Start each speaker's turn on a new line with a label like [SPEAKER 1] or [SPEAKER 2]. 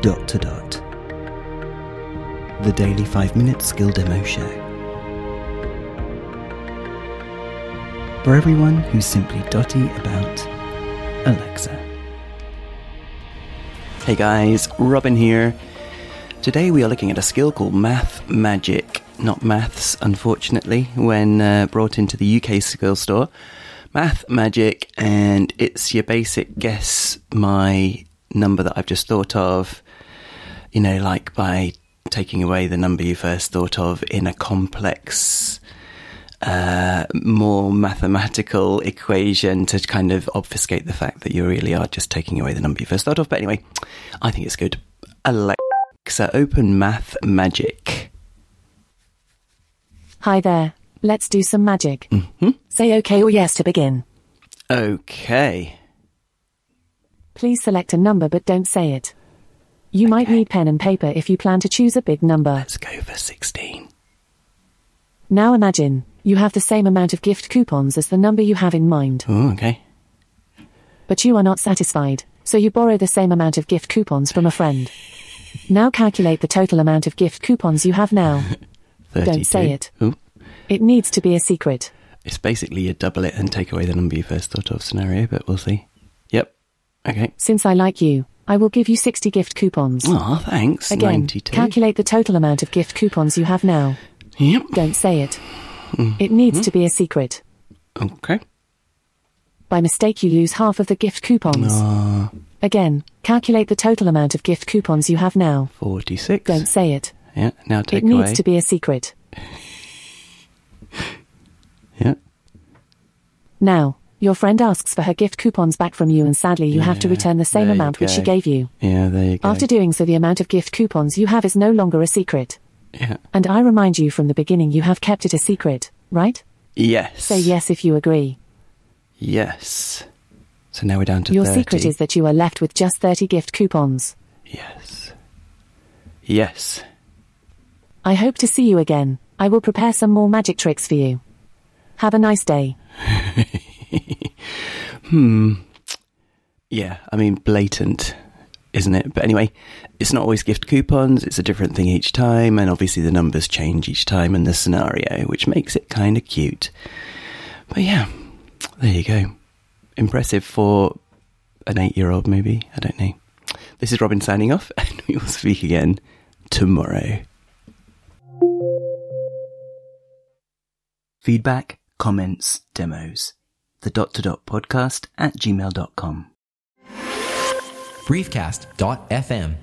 [SPEAKER 1] dot to dot. The Daily 5 Minute Skill Demo Show. For everyone who's simply dotty about Alexa. Hey guys, Robin here. Today we are looking at a skill called Math Magic. Not maths, unfortunately, when uh, brought into the UK skill store. Math Magic, and it's your basic guess my number that I've just thought of, you know, like by taking away the number you first thought of in a complex, uh, more mathematical equation to kind of obfuscate the fact that you really are just taking away the number you first thought of. But anyway, I think it's good. Alexa, open Math Magic.
[SPEAKER 2] Hi there. Let's do some magic. Say OK or yes to begin.
[SPEAKER 1] Okay.
[SPEAKER 2] Please select a number but don't say it. You might need pen and paper if you plan to choose a big number.
[SPEAKER 1] Let's go for 16.
[SPEAKER 2] Now imagine you have the same amount of gift coupons as the number you have in mind,
[SPEAKER 1] Oh, okay.
[SPEAKER 2] but you are not satisfied, so you borrow the same amount of gift coupons from a friend. Now calculate the total amount of gift coupons you have now.
[SPEAKER 1] 32.
[SPEAKER 2] say it.
[SPEAKER 1] Ooh.
[SPEAKER 2] It needs to be a secret.
[SPEAKER 1] It's basically you double it and take away the number you first thought of scenario, but we'll see. Yep. Okay.
[SPEAKER 2] Since I like you, I will give you 60 gift coupons.
[SPEAKER 1] Ah, thanks.
[SPEAKER 2] Again,
[SPEAKER 1] 92.
[SPEAKER 2] calculate the total amount of gift coupons you have now.
[SPEAKER 1] Yep.
[SPEAKER 2] Don't say it.
[SPEAKER 1] Mm.
[SPEAKER 2] It needs
[SPEAKER 1] Hmm?
[SPEAKER 2] to be a secret.
[SPEAKER 1] Okay.
[SPEAKER 2] By mistake, you lose half of the gift coupons.
[SPEAKER 1] Ah,
[SPEAKER 2] Again, calculate the total amount of gift coupons you have now.
[SPEAKER 1] 46.
[SPEAKER 2] Don't say it.
[SPEAKER 1] Yeah, now take
[SPEAKER 2] it needs
[SPEAKER 1] away.
[SPEAKER 2] to be a secret.
[SPEAKER 1] yeah.
[SPEAKER 2] Now, your friend asks for her gift coupons back from you, and sadly, you have to
[SPEAKER 1] Yeah,
[SPEAKER 2] return the same
[SPEAKER 1] there you
[SPEAKER 2] amount which she
[SPEAKER 1] go.
[SPEAKER 2] gave you.
[SPEAKER 1] Yeah, there you go.
[SPEAKER 2] After doing so, the amount of gift coupons you have is no longer a secret.
[SPEAKER 1] yeah.
[SPEAKER 2] And I remind you from the beginning you have kept it a secret, right?
[SPEAKER 1] Yes.
[SPEAKER 2] Say yes if you agree.
[SPEAKER 1] Yes. So now we're down to
[SPEAKER 2] Your
[SPEAKER 1] 30.
[SPEAKER 2] secret is that you are left with just 30 gift coupons.
[SPEAKER 1] Yes. Yes.
[SPEAKER 2] I hope to see you again. I will prepare some more magic tricks for you. Have a nice day.
[SPEAKER 1] Hmm. Yeah, I mean, blatant, isn't it? But anyway, it's not always gift coupons, it's a different thing each time, and obviously the numbers change each time in the scenario, which makes it kind of cute. But yeah, there you go. Impressive for an eight year old, maybe? I don't know. This is Robin signing off, and we will speak again tomorrow. Feedback, comments, demos. The dot to dot podcast at gmail.com.
[SPEAKER 3] briefcast.fm.